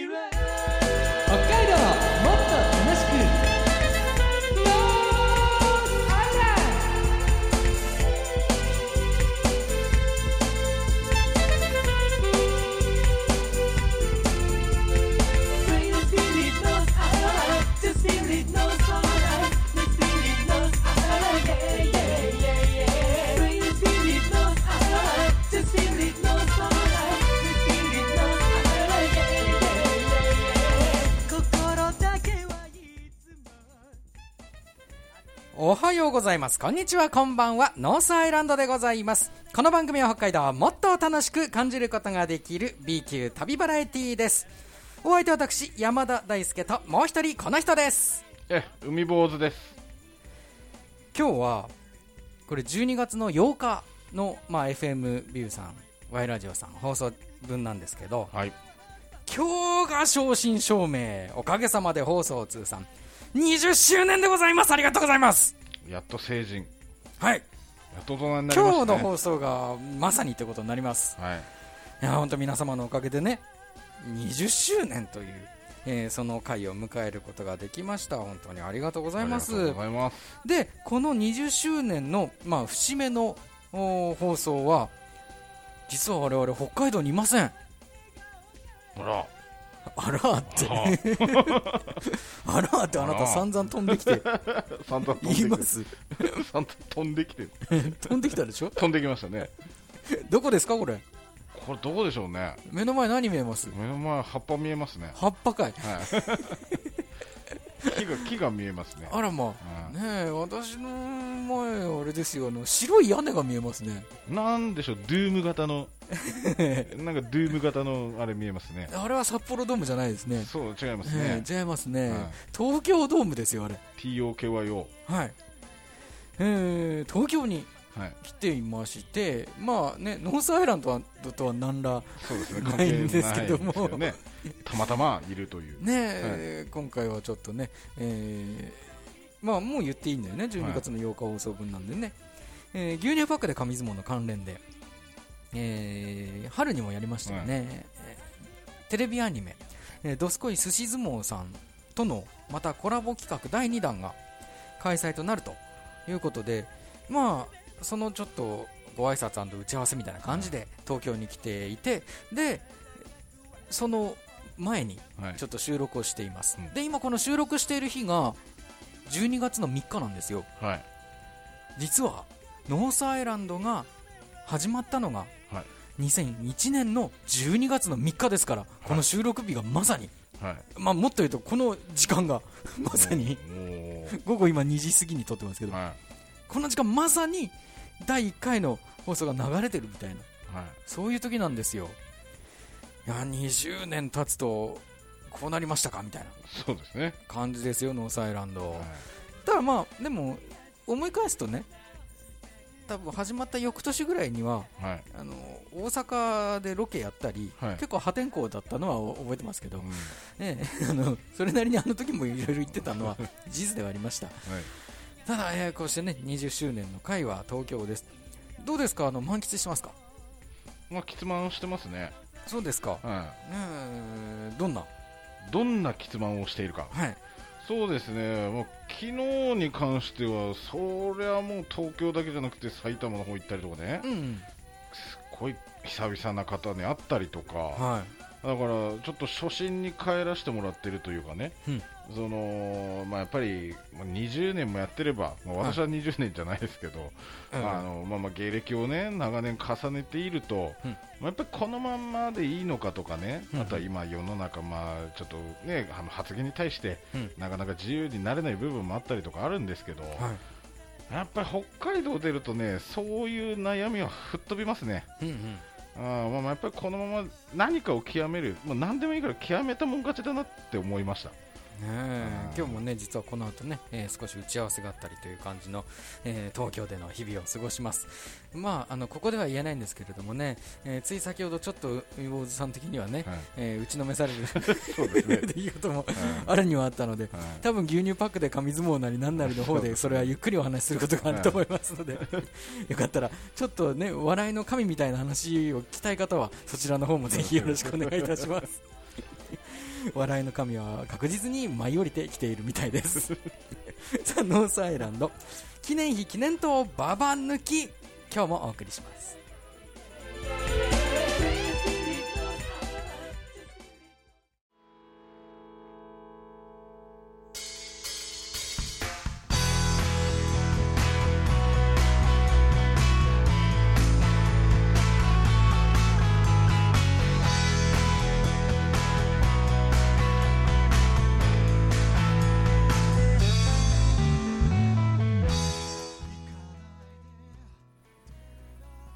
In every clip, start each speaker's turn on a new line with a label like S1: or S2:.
S1: 北海道もっと楽しくノースアイランドおはようございます。こんにちは、こんばんは。ノースアイランドでございます。この番組は北海道をもっと楽しく感じることができる B 級旅バラエティーです。お相手は私、山田大輔と、もう一人、この人です。
S2: ええ、海坊主です。
S1: 今日は、これ12月の8日の、まあ、FM ビューさん、Y ラジオさん、放送分なんですけど、
S2: はい。
S1: 今日が正真正銘、おかげさまで放送通算20周年でございます。ありがとうございます。
S2: やっと成人。
S1: はい。
S2: やっと大人になりま
S1: 今
S2: し
S1: 日
S2: た
S1: の
S2: ね。
S1: 放送がまさにってことになります。
S2: はい。
S1: いや本当皆様のおかげでね20周年という、えーその回を迎えることができました本当にありがとうございます
S2: ありがとうございます。
S1: でこの20周年の、まあ、節目のおー放送は実は我々北海道にいません
S2: ほら。
S1: あらーって
S2: あ
S1: あらーってあな
S2: あ
S1: た
S2: ら
S1: 散々飛んできて
S2: サンタ 飛んで
S1: 言
S2: き
S1: い
S2: て
S1: ま
S2: る。
S1: す
S2: サンタ飛んできてる。
S1: 飛んできたでしょ
S2: 飛んできましたね。
S1: どこですかこれ
S2: これどこでしょうね。
S1: 目の前何見えます
S2: 目の前葉っぱ見えますね。
S1: 葉っぱかい
S2: はい。木が木が見えますね。
S1: あらまあねえ私の前あれですよあの白い屋根が見えますね
S2: うんなんでしょう。ドゥーム型のなんかドゥーム型のあれ見えますね。
S1: あれは札幌ドームじゃないですね。
S2: そう違います
S1: え
S2: ね。
S1: え違いますね、
S2: はい
S1: 東京ドームですよ、あれ。
S2: TOKYO。
S1: はい。えー東京に
S2: はい。
S1: 来ていまして、まあね、ノースアイランドはとは何ら、
S2: そうですね。
S1: ない
S2: 関係
S1: んですけども
S2: ないんですけどね。たまたまいるという。
S1: ねえ今回はちょっとね、えーまあもう言っていいんだよね、12月の8日放送分なんでね、えー牛乳パックで紙相撲の関連で、えー春にもやりましたよね、えーテレビアニメ、えーどすこいすし相撲さんとのまたコラボ企画第2弾が開催となるということで、まあ、そのちょっとご挨拶打ち合わせみたいな感じで東京に来ていて、でその前に
S2: はい
S1: ちょっと収録をしています、
S2: うん
S1: で今この収録している日が12月の3日なんですよ
S2: はい。
S1: 実はノースアイランドが始まったのが
S2: はい
S1: 2001年の12月の3日ですから、この収録日がまさに、
S2: はい。
S1: まあ、もっと言うとこの時間がまさに
S2: も
S1: 午後今2時過ぎに撮ってますけ
S2: う
S1: ど、
S2: は。
S1: この時間まさに第1回の放送が流れてるみたいない
S2: はい。
S1: そういう時なんですよいや20年経つとこうなりましたかみたいな
S2: そうですね。
S1: 感じですよノースアイランド、
S2: はい
S1: ただまあでも思い返すとね多分始まった翌年ぐらいには
S2: はい。
S1: あの大阪でロケやったり、
S2: はい
S1: 結構破天荒だったのは覚えてますけど、
S2: うんは
S1: ねえあのそれなりにあの時もいろいろ言ってたのは事実ではありました
S2: い。
S1: ただ、えーこうしてね20周年の会は東京ですどうですかあの満喫してますか
S2: まあ、きつまんをしてますね。
S1: そうですか、
S2: は。
S1: ねえどんない
S2: どんなきつまんをしているか。
S1: はい
S2: そうですね。もう、昨日に関しては、そりゃもう東京だけじゃなくて埼玉の方行ったりとかね
S1: う。ん
S2: すっごい久々な方に会ったりとか。
S1: は
S2: だから、ちょっと初心に帰らせてもらってるというかね。
S1: い、うん、
S2: その、まあ、やっぱり、まあ20年もやってれば、まあ、私は20年じゃないですけど、あのまあ、まあ芸歴を、ね、長年重ねていると、
S1: うん
S2: まあ、やっぱりこのまんまでいいのかとかね、
S1: うん
S2: あとは今、世の中、まあ、ちょっと、ね、あの発言に対して、
S1: うん
S2: なかなか自由になれない部分もあったりとかあるんですけど、
S1: は
S2: やっぱり北海道出るとね、そういう悩みは吹っ飛びますね。
S1: い、うんうん
S2: あーまあまあやっぱりこのまま何かを極める、まあ、何でもいいから極めたもん勝ちだなって思いました。
S1: ねえ
S2: うん
S1: 今日もね実はこの後ね、えー少し打ち合わせがあったりという感じの、えー東京での日々を過ごしますまああのここでは言えないんですけれどもね、えーつい先ほどちょっとウォーズさん的にはね、
S2: はい
S1: えー打ちのめされ る
S2: そうですね、
S1: 出来事も
S2: は
S1: あるにはあったので
S2: いはい
S1: 多分牛乳パックで紙相撲なりなんなりの方
S2: そうです
S1: で
S2: ね
S1: それはゆっくりお話しすることがあると思いますので よかったらちょっとね 笑いの神みたいな話を聞きたい方はそちらの方もぜひよろしくお願いいたします笑いの神は確実に舞い降りてきているみたいです ザ・ノースアイランド記念碑記念塔ババ抜き今日もお送りします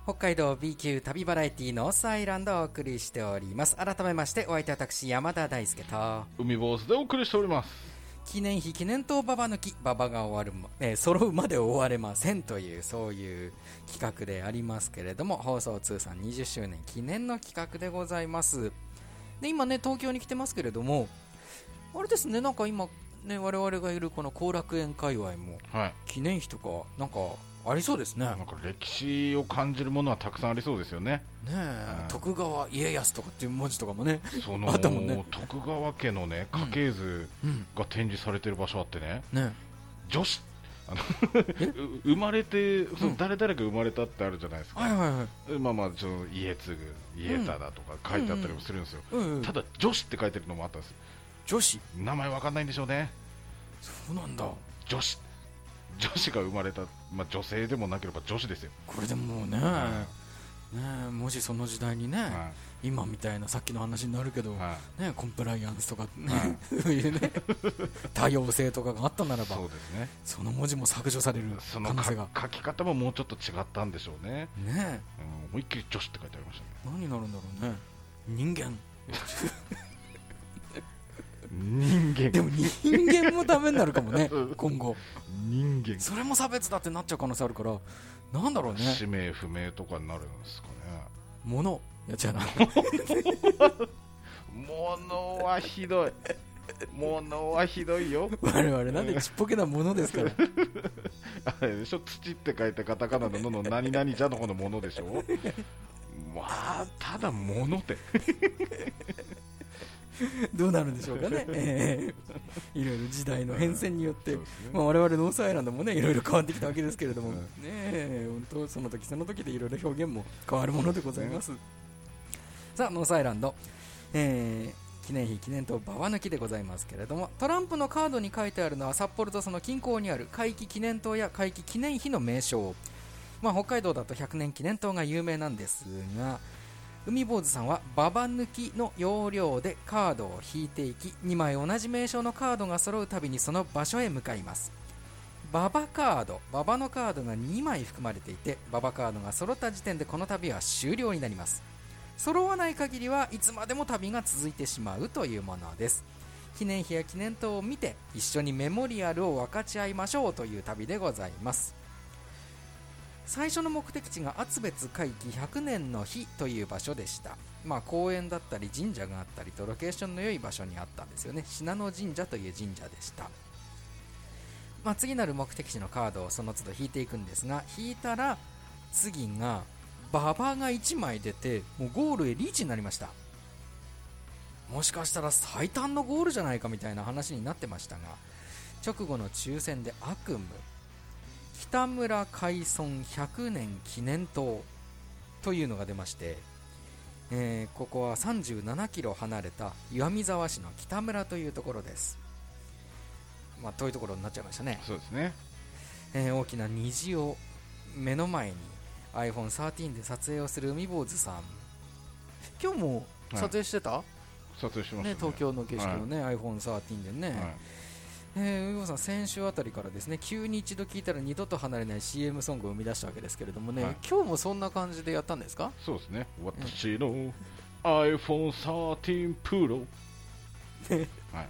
S1: 北海道 B 級旅バラエティノースアイランドをお送りしております改めましてお相手は私山田大輔と
S2: 海坊主でお送りしております
S1: 記念碑記念塔ババ抜きババが終わるま、えー揃うまで終われませんというそういう企画でありますけれども放送通算20周年記念の企画でございますで今ね東京に来てますけれどもあれですねなんか今ね我々がいるこの後楽園界隈も
S2: はい
S1: 記念碑とかなんかありそうですね
S2: なんか歴史を感じるものはたくさんありそうですよね
S1: ねえ、
S2: うん
S1: 徳川家康とかっていう文字とかもね、
S2: その
S1: あったもんね
S2: 徳川家のね家系図
S1: うん、
S2: が展示されてる場所あってね、
S1: ね
S2: 女子あの う生まれてその誰々が生まれたってあるじゃないですか、
S1: はいはいはい、
S2: まあまあその家継ぐ家ただとか書いてあったりもするんですよ、
S1: うんうん、
S2: ただ女子って書いてるのもあったんですよ
S1: 女子
S2: 名前わかんないんでしょうね
S1: そうなんだ
S2: 女子女子が生まれた、まあ、女性でもなければ女子ですよ、
S1: これでもうね,、ねえもしその時代にね、
S2: は
S1: 今みたいなさっきの話になるけど、
S2: いは
S1: ねえ、コンプライアンスとかね、そういう ね多様性とかがあったないらば
S2: そうですね
S1: その文字も削除される
S2: そ
S1: 可
S2: の
S1: 能
S2: か
S1: 性が
S2: 書き方ももうちょっと違ったんでしょうね、
S1: ねえ
S2: うん、思いっきり女子って書いてありましたね
S1: 何になるんだろうね人間
S2: 人間
S1: でも人間もダメになるかも ね今後
S2: 人間
S1: それも差別だってなっちゃう可能性あるからなんだろうね
S2: 氏名不明とかになるんですかね
S1: 物いや違うな
S2: 物はひどい物はひどいよ
S1: 我々なんでちっぽけなものですから
S2: あれでしょ土って書いてカタカナののの何々じゃの方のものでしょまあただものって
S1: どうなるんでしょうか ね、ええいろいろ時代の変遷によって、
S2: そうですね
S1: まあ、我々ノースアイランドもねいろいろ変わってきたわけですけれども、
S2: うん
S1: ねえ本当その時その時でいろいろ表現も変わるものでございます、さあノースアイランド、えー記念碑記念塔ババ抜きでございますけれどもトランプのカードに書いてあるのは札幌とその近郊にある皆既記念塔や皆既記念碑の名称、まあ、北海道だと100年記念塔が有名なんですが海坊主さんはババ抜きの要領でカードを引いていき2枚同じ名称のカードが揃うたびにその場所へ向かいますババカードババのカードが2枚含まれていてババカードが揃った時点でこの旅は終了になります揃わない限りはいつまでも旅が続いてしまうというものです記念碑や記念塔を見て一緒にメモリアルを分かち合いましょうという旅でございます最初の目的地が厚別会期100年の日という場所でした、まあ、公園だったり神社があったりとロケーションの良い場所にあったんですよね信濃神社という神社でした、まあ、次なる目的地のカードをその都度引いていくんですが引いたら次が馬場が1枚出てもうゴールへリーチになりましたもしかしたら最短のゴールじゃないかみたいな話になってましたが直後の抽選で悪夢北村海村100年記念塔というのが出まして、えーここは3 7キロ離れた岩見沢市の北村というところです、まあ、遠いところになっちゃいましたね
S2: そうですね
S1: えー大きな虹を目の前に iPhone13 で撮影をする海坊主さん今日も撮影してた、
S2: 撮影しましたね
S1: ね、東京の景色をね、iPhone13 でね、
S2: はい
S1: えー海坊主さん先週あたりからですね急に一度聞いたら二度と離れない CM ソングを生み出したわけですけれどもね、
S2: はい
S1: 今日もそんな感じでやったんですか
S2: そうですね私の iPhone13 Pro はい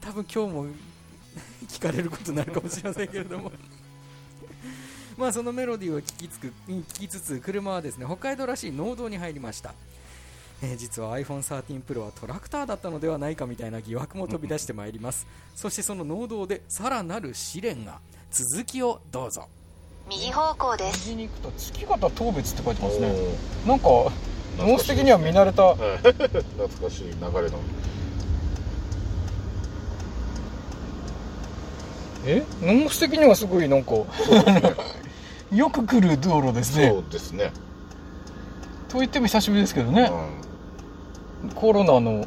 S1: 多分今日も 聞かれることになるかもしれませんけれども まあそのメロディーを聞きつく聞きつつ車はですね北海道らしい農道に入りました、えー実は iPhone13Pro はトラクターだったのではないかみたいな疑惑も飛び出してまいりますそしてその農道でさらなる試練が続きをどうぞ
S3: 右方向です
S1: 右に行くと月形東別って書いてますね
S4: おー
S1: なんか
S4: ノース的に
S1: は見慣れた
S4: 懐かしい流れの
S1: え農ス的にはすごいなんか
S2: そうですね
S1: よく来る道路ですね
S2: そうですね、
S1: と言っても久しぶりですけど
S2: うん
S1: ね、コロナの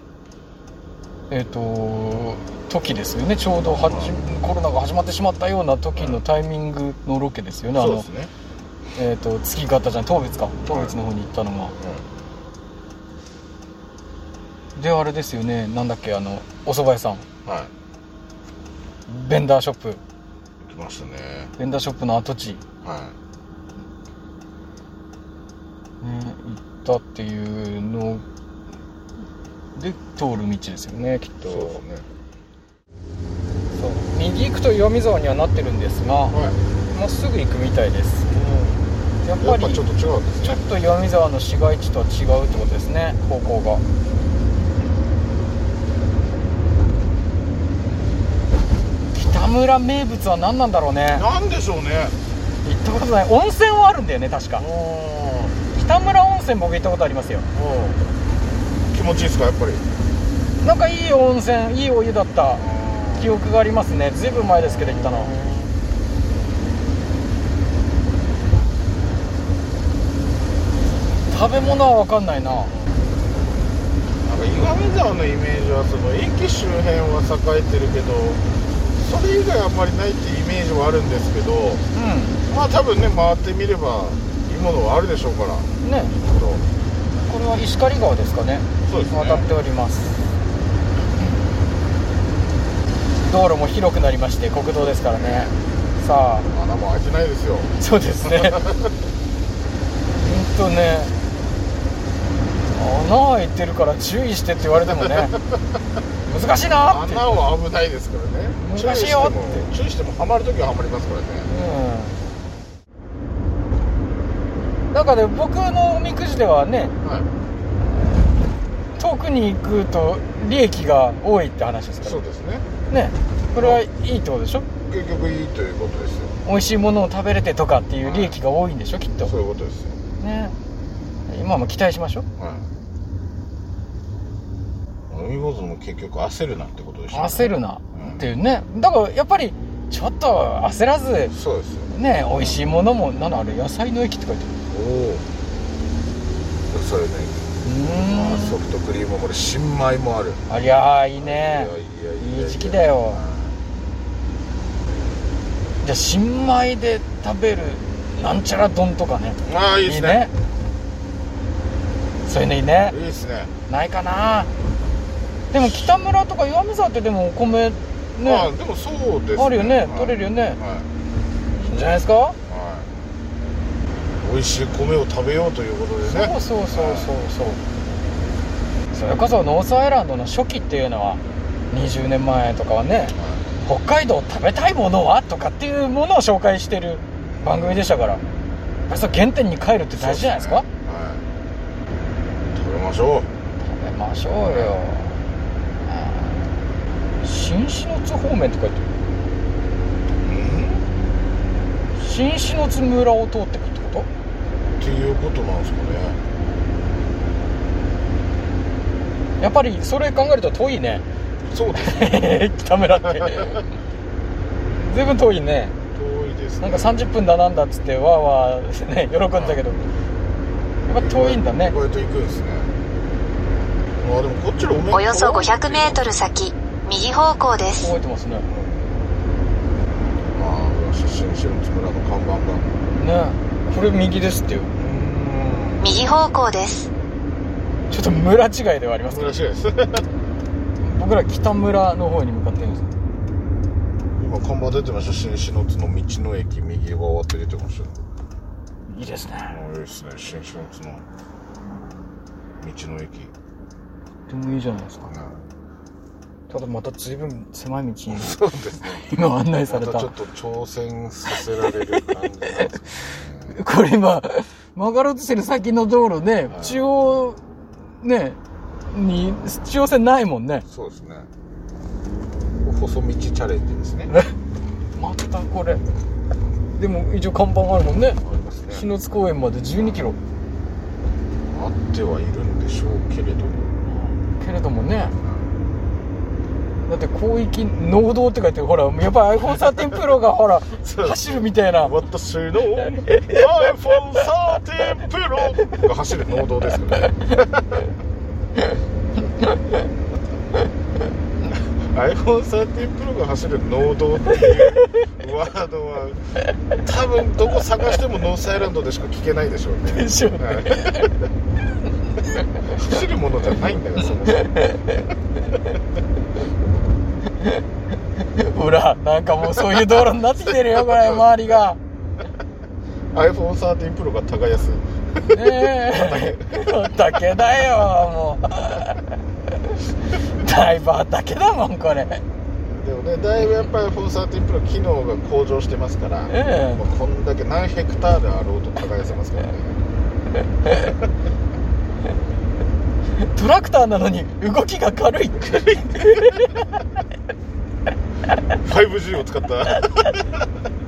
S1: えっ、と時ですよねちょうどはじコロナが始まってしまったような時のタイミングのロケですよね、あ
S2: そうで
S1: の
S2: すね、
S1: えっ、と月形じゃん当別か当別の方に行ったのが、であれですよねなんだっけあのお蕎麦屋さん
S2: うん、はい
S1: ベンダーショップ
S2: 行きましたね
S1: ベンダーショップの跡地
S2: は
S1: ね行ったっていうので通る道ですよねきっ
S2: い
S1: と
S2: そうですね
S1: そう右行くと岩見沢にはなってるんですが、
S2: はい
S1: もうすぐ行くみたいですやっ
S2: や
S1: ぱ
S2: っ
S1: り
S2: ぱち
S1: ち
S2: ょ
S1: ょ
S2: っと違うんですね
S1: っと岩見沢の市街地とは違うってことですね方向が北村名物は何なんだろうね
S2: なんでしょうね
S1: 行ったことない温泉はあるんだよね確か北村温泉僕行ったことありますよ
S2: うん気持ちいいですかやっぱり
S1: なんかいい温泉いいお湯だった記憶がありますねずいぶん前ですけど行ったの食べ物は分かんないな
S2: なんか岩見沢のイメージはその駅周辺は栄えてるけどそれ以外あんまりないってイメージはあるんですけど
S1: う
S2: まあ多分ね回ってみればいいものはあるでしょうからき
S1: んね
S2: っと
S1: これは石狩川ですかね
S2: そうですね
S1: 渡っております道路も広くなりまして国道ですからねさあ
S2: 穴も開いてないですよ
S1: そうですねほんとね穴開いてるから注意してって言われてもね難しいなって
S2: 穴は危ないですからね
S1: 難しいよって
S2: 注意しても注意してもハマるときはハマりますからね
S1: うんなんかね僕のおみくじではね
S2: はい
S1: 遠くに行くと利益が多いって話ですか
S2: そうですね
S1: らねこれはいいってことでしょ
S2: 結局いいということですよ
S1: 美味しいものを食べれてとかっていう利益が多いんでしょきっと
S2: そういうことですよ
S1: ね今も期待しましょう
S2: はい飲み物も結局焦るなってことでしょ
S1: 焦るなっていうねだからやっぱりちょっと焦らず
S2: そうですよ
S1: ね美味しいものもなんだあれ野菜の駅って書いてあ
S2: おおそれね
S1: るう
S2: あソフトクリームもある新米もある
S1: ーんありゃあいい
S2: い
S1: ね
S2: や
S1: いい時期だよじゃあ新米で食べるなんちゃら丼とかね
S2: ああいいですね
S1: そういうのいいね
S2: いいですね
S1: ないかなでも北村とか岩見沢ってでもお米ね
S2: まあ
S1: あ
S2: でもそうです
S1: るよね、取れる
S2: よ
S1: よね、
S2: はい
S1: いいんじゃないですか
S2: はい美味しい米を食べようということでね
S1: そうそうそうそうそうそれこそノースアイランドの初期っていうのは20年前とかはね北海道食べたいものはとかっていうものを紹介してる番組でしたからやっぱりその原点に帰るって大事じゃないですか
S2: はい食べましょ
S1: 食べましょうよあー新篠津方面とか言って
S2: ううん
S1: る新篠津村を通ってくってこと
S2: っていうことなんですかね
S1: やっぱりそれ考えると遠いね
S2: そうですね
S1: 北村って随分遠いね
S2: 遠いです
S1: なんか30分だなんだっつってわーわーね喜んだけどやっぱ遠いんだね
S2: 意外と行くんですねあでもこっちの
S3: およそ500メートル先、右方向です。
S1: 覚えてますねね
S2: ああ出身新津村の看板が
S1: これ右ですってよ
S2: う
S3: 右方向です。
S1: ちょっと村違いではありますけ
S2: ーん
S1: ど
S2: らしいです
S1: 僕ら北村の方に向かってるんです
S2: 今看板出てました新篠津の道の駅右側って出てましたよ
S1: いいですね
S2: ああいいですね新篠津の道の駅ね
S1: とてもいいじゃないですかただまた随分狭い道に
S2: そうですね
S1: 今案内さ
S2: ま
S1: れ
S2: た
S1: た
S2: ちょっと挑戦させられる感じなんですけどね
S1: これ今曲がろうとしてる先の道路ね
S2: はい
S1: 中央ねに中央線ないもんね
S2: そうですね細道チャレンジですね
S1: またこれでも一応看板あるもんね
S2: ありますね
S1: 篠津公園まで1 2キロ
S2: あってはいるんでしょうけれども
S1: けれどもね
S5: だって広域農道って書いてるほらやっぱ iPhone13 Pro がほら
S4: そう
S5: 走るみたいな
S4: 私の iPhone13 Pro が走る農道ですよね iPhone13 Pro が走る農道っていうワードは多分どこ探してもノースアイランドでしか聞けないでしょうね
S5: でしょうね
S4: はい走るものじゃないんだよそもそも
S5: ほらなんかもうそういう道路になってきてるよこれ周りが
S4: iPhone13 Pro が耕す
S5: ねえ畑だよもうだいぶ畑だもんこれ
S4: でもねだいぶやっぱり iPhone13 Pro 機能が向上してますから、
S5: ええ
S4: もうこんだけ何ヘクタールあろうと耕せますからね
S5: トラクターなのに動きが軽い
S4: 5G を使った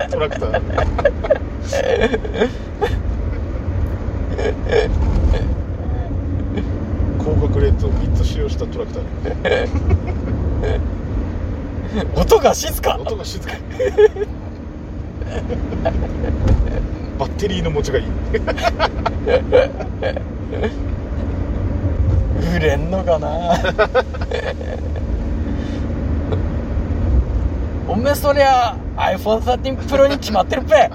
S4: トラクター広角レンズを3つ使用したトラクター
S5: 音が静か
S4: 音が静 かバッテリーの持ちがいい
S5: 売れんのかな おめえそりゃ iPhone13 Pro に決まってるぺ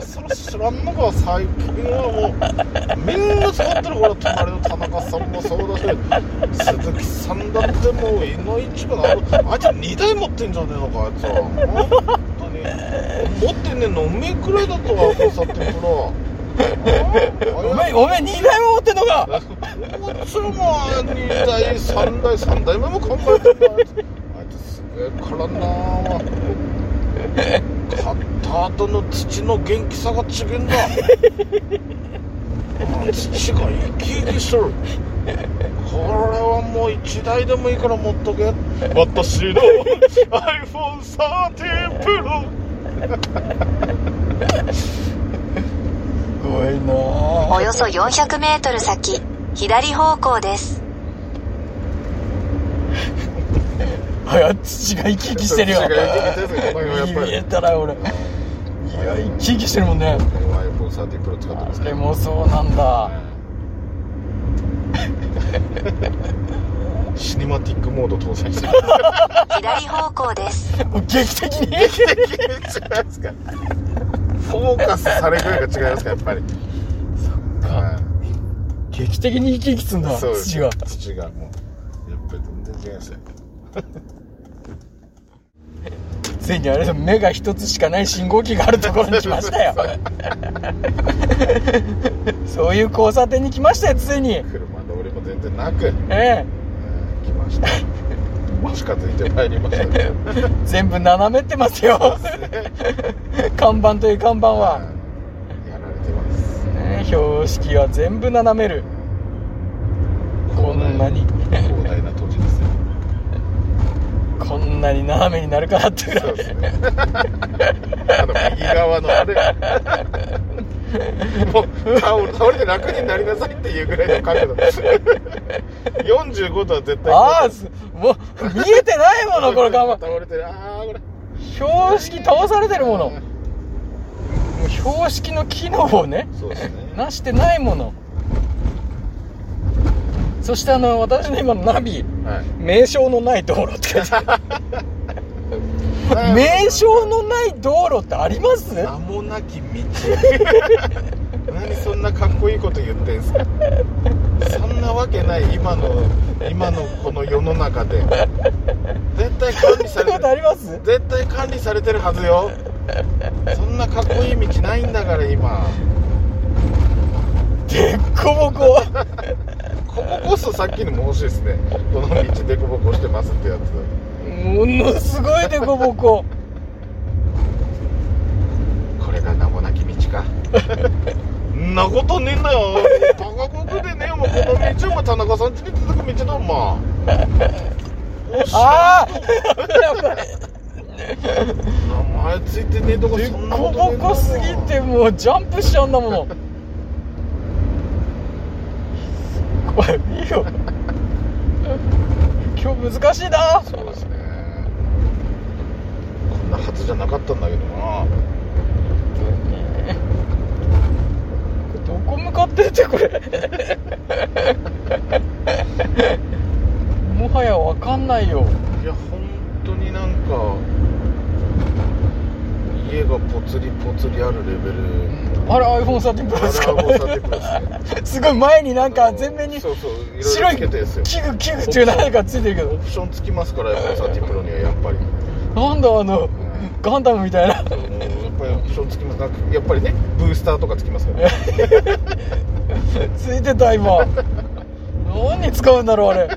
S4: それ知らんのが最近はもうみんな使ってるから隣の田中さんもそうだし鈴木さんだってもう井の一番ああいつ2台持ってんじゃねえのかあいつは本当に持ってねえのおめえくらいだとはこうさってプロ
S5: おめえおめえ2台も持ってんのか
S4: こっちも2台3台3台目も考えてるなあいつあいつすげえからな買った後の土の元気さが違えんだあ土が生き生きしとるこれはもう1台でもいいから持っとけ私の iPhone13 Pro
S5: すごいな
S3: およそ400メートル先、左方向です。
S5: あいや土が生き生きしてるよ
S4: 土が生き生きしてるよお前はやっぱり
S5: 見えたら俺いや生き生きしてるもんね
S4: iPhone13 Pro 使ってます
S5: あ
S4: け
S5: れ
S4: ど
S5: もそうなんだ
S4: シネマティックモード搭載してる
S3: 左方向です。
S5: もう劇的に
S4: 違いますかフォーカスされ具合が違いますかやっぱりは
S5: 劇的に生き生きすん
S4: い
S5: だ
S4: そうです
S5: 土が
S4: 土がもうやっぱり全然違いますよ
S5: ついにあれだ目が一つしかない信号機があるところに来ました よそういう交差点に来ましたよついに
S4: 車の俺も全然なく、え
S5: ええ
S4: ー来ました近づいてまいりましたね
S5: 全部斜めってますよ看板という看板は、
S4: はいやられてます
S5: ねえ標識は全部斜めるこんなに
S4: 広大な土地ですよ
S5: こんなに斜めになるかなってぐら
S4: そ
S5: いう
S4: ですねあの右側のあれもう倒れ倒れて楽になりなさいっていうぐらいの角度45度は絶対
S5: ああすもう見えてないものこれ看板
S4: 倒れてるああこれ
S5: 標識倒されてるものもう標識の機能をね
S4: そうですね
S5: なしてないものそしてあの私の今のナビ
S4: はい
S5: 名称のない道路って書い てある名称のない道路ってあります
S4: 名もなき道何そんなかっこいいこと言ってんすかそんなわけない今の今のこの世の中で絶対管理
S5: そ
S4: さ
S5: んなこ
S4: れて
S5: とあ
S4: る
S5: ります
S4: 絶対管理されてるはずよそんなかっこいい道ないんだから今
S5: でっこぼこ
S4: こここそさっきのも欲しいですねこの道でこぼこしてますってやつ
S5: ものすごいでこぼこ
S4: これが名もなき道 かんなことねえんだよ高国でねもうこの道も田中さん家に続く道だもんおっしゃ
S5: ああ
S4: 名前ついてねえとこ
S5: でっ
S4: そ
S5: こ
S4: んなことね
S5: ぼ
S4: えんだもん
S5: こすぎてもうジャンプしちゃうんだものこれいいよ
S4: 今日
S5: 難しいな
S2: そうですね
S4: こんなはずじゃなかったんだけどな
S5: どこ向かってんじゃんこれもはやわかんないよ
S4: いや本当になんか家がぽつりぽつりあるレベル
S5: あれ iPhone13 プ
S4: あれ
S5: ロですか
S4: は大阪テクですね
S5: すごい前になん
S4: あ
S5: か
S4: の
S5: 全面に
S4: そうそういろいろ
S5: 白い
S4: つけてですよ
S5: 器具器具っていう何かついてるけ
S4: オ
S5: ど
S4: プションつきますから iPhone13 Pro にはやっぱり
S5: なんだあのガンダムみたいな
S4: そうもうやっぱりオプションつきますなんかやっぱりねブースターとかつきますから
S5: ついてた今何に使うんだろうあれ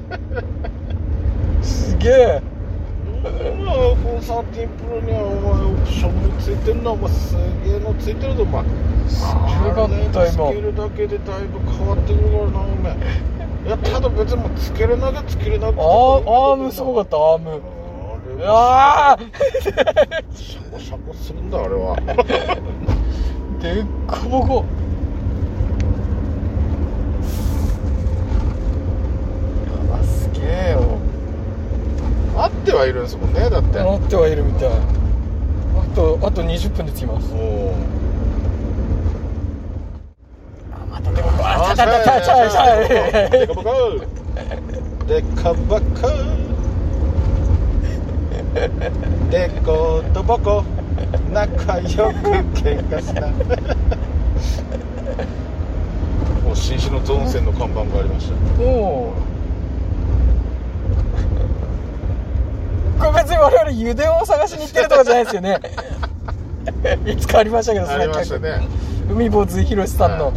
S5: すげえ
S4: iPhone13 Pro にはお前オプションもついてるなお前すげえのついてるぞお前
S5: すげえかった
S4: つ
S5: 今
S4: けるだけでだいぶ変わってくるからなお前いやただ別にもうつけれなきゃつけれなきゃ
S5: あーアームすごかったアーム
S4: あれは
S5: あ
S4: シャコシャコするんだ あれは
S5: ーでっこぼこあすげえよ
S4: あってはいるんですもんねだって
S5: なってはいるみたいあとあと20分で着きます
S4: もう
S5: あ
S4: あ
S5: ちゃちゃちゃちゃちゃ
S4: でかばかでかばかでことぼこ仲良く喧嘩したもう新種のゾーン線の看板がありました
S5: おおこれ別に我々油田を探しに行ってるとかじゃないですよ ねいつかありましたけど
S4: ありました
S5: その
S4: ね
S5: 客海坊主広さんの、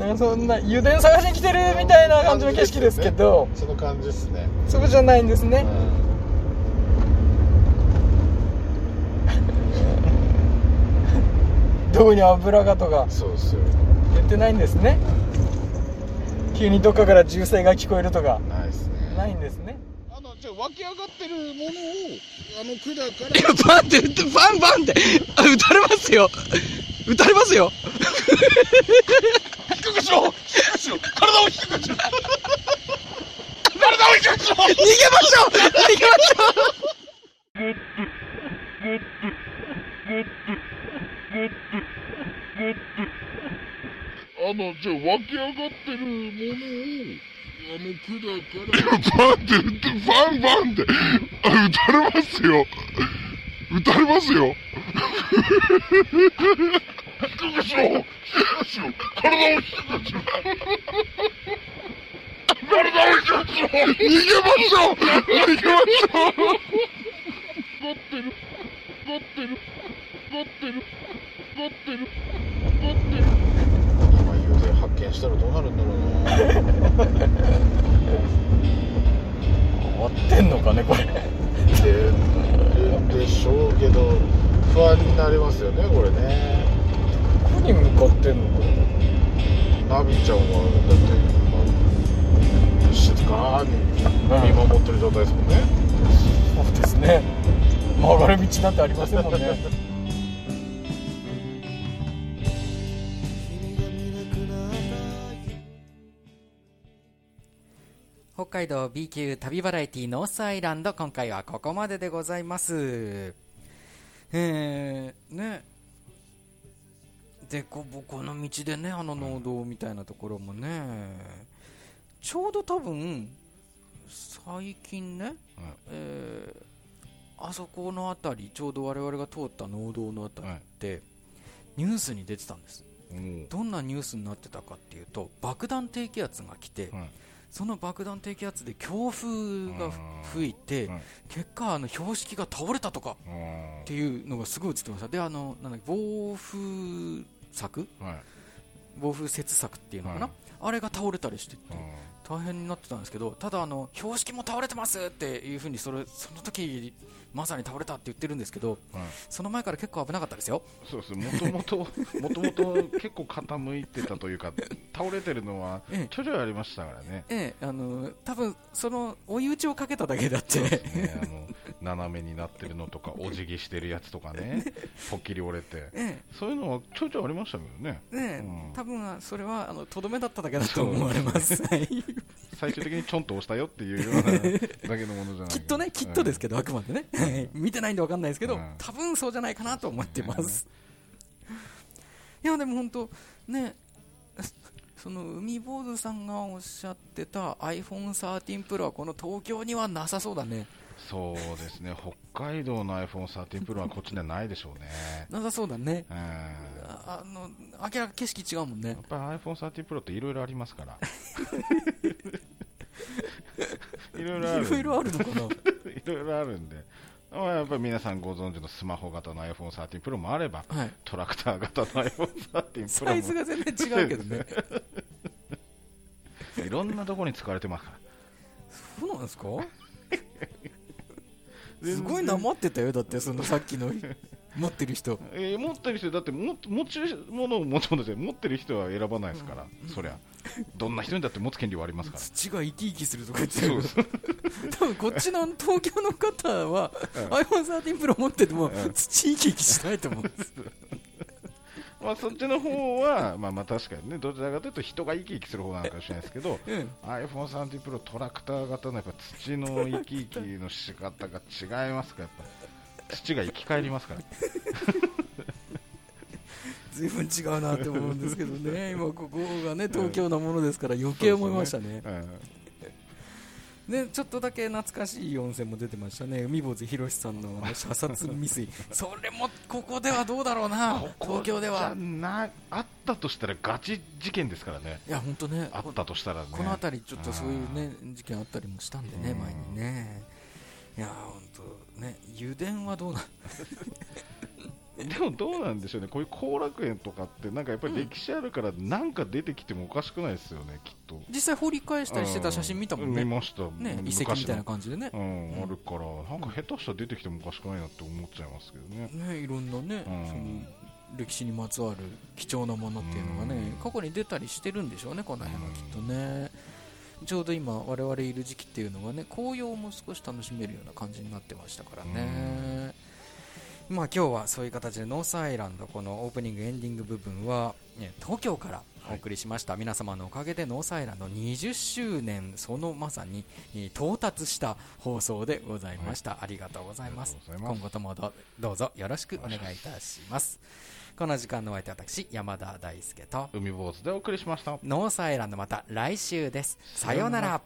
S5: なんかそんな油田探しに来てるみたいな感じの景色ですけど
S4: その感じですね
S5: そこじゃないんですね、どこに油がとか
S4: そうですよ
S5: 言ってないんですね急にどっかから銃声が聞こえるとか
S4: ないですね
S5: ないんですね
S4: あのじゃあ湧き上がってるものをあの管から
S5: バンって打ってバンバンってあ撃たれますよ撃たれますよ
S4: 低くしろ低くしろ体を低くしろ体を低くしろ
S5: 逃げましょう逃げましょう
S2: あのじゃあ湧き上がってるものをあの管からバンって打ってバンバンってあ撃たれますよ撃たれますよ低くしろ低くしろ体を低くしろ体を低くしろ逃げましょう逃げましょう
S4: 今幽霊発見したらどうなるんだろうな
S5: 終わってんのかねこれ
S4: ででしょうけど不安になりますよねこれね
S5: どこに向かってんのか
S4: ナビちゃんはだって、まあ、静かに見守ってる状態ですもんね、
S5: なそうですね曲がる道だってありませんもんね
S1: 北海道 B 級旅バラエティノースアイランド今回はここまででございますえー、ねでこぼこの道でねあの農道みたいなところもねちょうど多分最近ね、えーあそこの辺りちょうど我々が通った農道の辺りって、ニュースに出てたんですどんなニュースになってたかっていうと爆弾低気圧が来て、
S2: はい
S1: その爆弾低気圧で強風がふ
S2: あー
S1: 吹いて、
S2: はい
S1: 結果、あの標識が倒れたとかっていうのがすごい映ってました、であのなんだっけ暴風柵、
S2: はい
S1: 暴風雪柵っていうのかな、
S2: はい
S1: あれが倒れたりしてって、大変になってたんですけど、ただあの、標識も倒れてますっていうふうにそれ、その時まさに倒れたって言ってるんですけど、
S2: はい
S1: その前から結構危なかったですよ。
S2: そうですもともと、もともと結構傾いてたというか、倒れてるのは
S1: ええ
S2: ちょちょいありましたからね、
S1: ええ、あの多分その追い打ちをかけただけだ って、
S2: ねあの斜めになってるのとか、お辞儀してるやつと かね、ぽっきり折れて、
S1: え
S2: そういうのはちょいちょいありましたけどね、
S1: えねえ
S2: う ん
S1: 多分それはあのとどめだっただけだと思われます。はい
S2: 最終的にちょんと押したよっていうようなだけのものじゃない
S1: きっとね、きっとですけ
S2: ど、
S1: ど、あくまでね、はい 見てないんで分かんないですけど
S2: うん、
S1: 多分そうじゃないかなと思ってます。いや、でも本当、ね、その海坊主さんがおっしゃってた iPhone13 Pro は、この東京にはなさそうだね、
S2: そうですね、北海道の iPhone13 Pro はこっちにはないでしょうね。
S1: なさそうだね、
S2: うん
S1: ああの明らか景色違うもんね
S2: やっ。ぱり iPhone13 Pro っていろいろありま すから。いろい
S1: い
S2: ろある。
S1: ろいろあるの かな
S2: いろいろあるんで、まあ、やっぱり皆さんご存知のスマホ型の iPhone13 Pro もあれば、
S1: はい
S2: トラクター型の iPhone13
S1: サイズ
S2: Pro
S1: が全然違うけどね。
S2: もいろんなところに使われてますから、
S1: そうなんですかすごいなまってたよ、だってそのさっきの持ってる人。
S2: えー持ってる人、だっても持ち物を持ち物で持ってる人は選ばないですから、そりゃ、どんな人にだって持つ権利はありますから。
S1: 土が生き生きするとか言ってたけ
S2: そう
S1: ど
S2: そう
S1: 多分こっちの東京の方は iPhone13 Pro 持ってても
S2: うん
S1: 土生き生きしないと思うんです
S2: まあそっちの方は、まあまあ確かにね、どちらかというと人が生き生きする方なのかもしれないですけど、
S1: うん
S2: iPhone30 Pro トラクター型のやっぱ土の生き生きの仕方が違いますから、やっぱ土が生き返りますから。
S1: 随分違うなって思うんですけどね 今ここがね東京なものですから余計思いましたねねちょっとだけ懐かしい温泉も出てましたね海坊主ひろしさんのあの射殺未遂それもここではどうだろうな東京で
S2: じゃ
S1: は
S2: あなあったとしたらガチ事件ですからね、
S1: いや本当ね
S2: あったとしたらね、
S1: この辺り、ちょっとそういうね、事件あったりもしたんでね、
S2: うん
S1: 前にね。いやー、本当ね、油田はどうなん
S2: うんでもどうなんでしょうね、こういう後楽園とかって、なんかやっぱり歴史あるから、なんか出てきてもおかしくないですよね、きっと。
S1: 実際掘り返したりしてた写真見たもん
S2: う
S1: ね。
S2: 見
S1: ね
S2: ました、
S1: 遺跡みたいな感じでね
S2: う。ん、あるから、なんか下手したら出てきてもおかしくないなって思っちゃいますけどね。
S1: ね、いろんなね、
S2: うん
S1: その歴史にまつわる貴重なものっていうのがね、
S2: うん
S1: 過去に出たりしてるんでしょうね、この辺はきっとね。ちょうど今、我々いる時期っていうのがね、紅葉も少し楽しめるような感じになってましたからね。まあ今日はそういう形でノースアイランドこのオープニングエンディング部分はね東京からお送りしました、皆様のおかげでノースアイランド20周年そのまさにえー到達した放送でございました、ありがとうございます
S2: ありがとうござい
S1: 今後
S2: ます
S1: ともどどうぞよろしくお願いいたしますこの時間のお相手は私山田大輔と
S2: 海坊主でお送りしました。
S1: ノースアイランドまた来週ですさようなら